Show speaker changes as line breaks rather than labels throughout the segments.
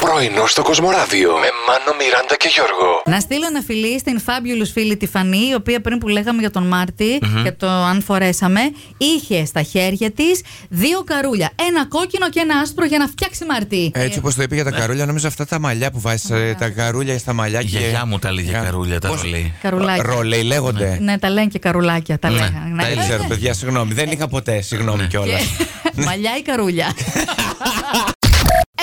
Πρωινό στο Κοσμοράδιο με Μάνο, Μιράντα και Γιώργο.
Να στείλω ένα φιλί στην Fabulous φίλη τη Φανή, η οποία πριν που λέγαμε για τον Μάρτι και το αν φορέσαμε, είχε στα χέρια της δύο καρούλια. Ένα κόκκινο και ένα άσπρο για να φτιάξει μαρτί.
Ε,
Έτσι όπως το είπε για τα καρούλια, νομίζω αυτά τα μαλλιά που βάζεις
Ε.
τα καρούλια στα μαλλιά.
Η γιαγιά μου τα λέει για καρούλια, τα
Πώς-
λέει.
Καρουλάκια.
Ρολέι λέγονται.
Ναι, τα λένε και καρουλάκια. Τα
ε. Ναι,
λέγανε.
Δεν
Ναι.
ξέρω, παιδιά, συγγνώμη. Δεν είχα ποτέ, συγγνώμη κιόλα.
Μαλλιά ή καρούλια.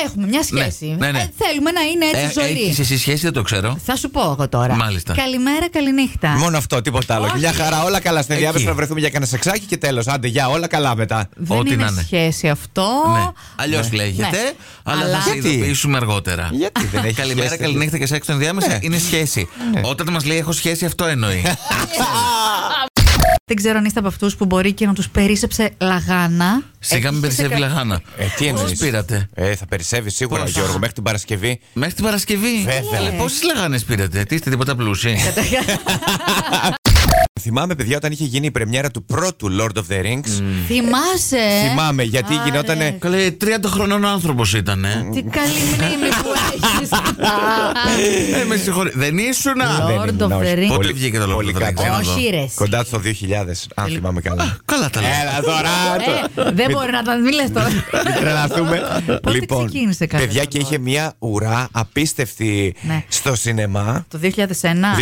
Έχουμε μια σχέση.
ναι, ναι.
Ε, θέλουμε να είναι έτσι η ζωή.
Ε, Έχεις εσύ σχέση, δεν το ξέρω.
Θα σου πω εγώ τώρα.
Μάλιστα.
Καλημέρα, καληνύχτα.
Μόνο αυτό, τίποτα άλλο.
Όχι.
Μια χαρά, όλα καλά. Στην
Εκεί.
διάβαση να βρεθούμε για κανένα σεξάκι και τέλος. Άντε, για όλα καλά μετά.
Δεν
Ό,τι
είναι
να είναι.
σχέση αυτό.
Ναι. Αλλιώς λέγεται,
Ναι.
αλλά,
Αλλά-
θα σε
Γιατί?
ειδοποιήσουμε αργότερα. Ναι,
Γιατί δεν έχει
Καλημέρα,
σχέση.
καληνύχτα και σε έξω ενδιάμεσα.
Ναι. Ε,
Είναι σχέση. Όταν μας λέει έχω σχέση, αυτό εννοεί.
Δεν ξέρω αν είστε από αυτούς που μπορεί και να τους περίσεψε λαγάνα.
Σιγά μην
Έχεις
περισσεύει
κα-
λαχάνα.
Ε, τι
Πώς
εννοείς?
πήρατε.
Ε, θα περισσεύει σίγουρα,
Πώς?
Γιώργο, μέχρι την Παρασκευή.
Μέχρι την Παρασκευή.
Ναι.
Βέβαια.
Ε, Πόσες λαγάνες πήρατε, τι είστε τίποτα πλούσιοι.
Θυμάμαι, παιδιά, όταν είχε γίνει η πρεμιέρα του πρώτου Lord of the Rings.
Θυμάσαι.
Θυμάμαι, γιατί
Mm. Ε, Άρε.
γινότανε.
Καλέ, 30 χρονών άνθρωπος ήταν.
Ναι.
Ε,
Τι καλή μνήμη που έχεις.
Ε, με συγχωρεί. Δεν ήσουν.
Λο- Lord
Δεν ήμουν,
of the
όχι.
Rings.
Πότε
Πολύ-
βγήκε το Lord
πολύ
of the Rings,
κάτω.
για να δω.
Όχι, ρε. εσύ.
Κοντά στο 2000, αν θυμάμαι καλά.
Καλά τα λέω.
Λοιπόν. Έλα τώρα,
Ε, Δεν μπορεί να τα μιλέ τώρα.
Μην τρελαθούμε. Λοιπόν,
Πότε ξεκίνησε κάτι
παιδιά,
τέτοιο.
και είχε μια ουρά απίστευτη
Ναι.
στο σινεμά.
Το 2001.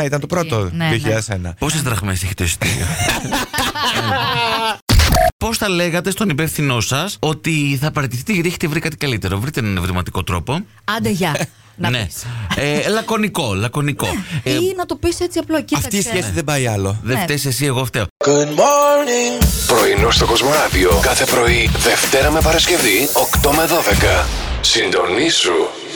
2001 ήταν το πρώτο.
Ναι, ναι.
2001.
Πόσες δραχμές έχει το εισιτήριο. Πώς θα λέγατε στον υπεύθυνό σας ότι θα παρατηθείτε γιατί έχετε βρει κάτι καλύτερο. Βρείτε έναν ευρηματικό τρόπο.
Άντε γεια. Να
ναι.
πεις.
Ε, λακωνικό, λακωνικό. Ε,
Ή να το πεις έτσι απλό. Κοίταξε.
Αυτή η σχέση δεν πάει άλλο.
δεν
ναι.
φταίεις εσύ, εγώ φταίω.
Πρωινό στο Κοσμοράδιο κάθε πρωί, Δευτέρα με Παρασκευή, 8 με 12. Συντονίσου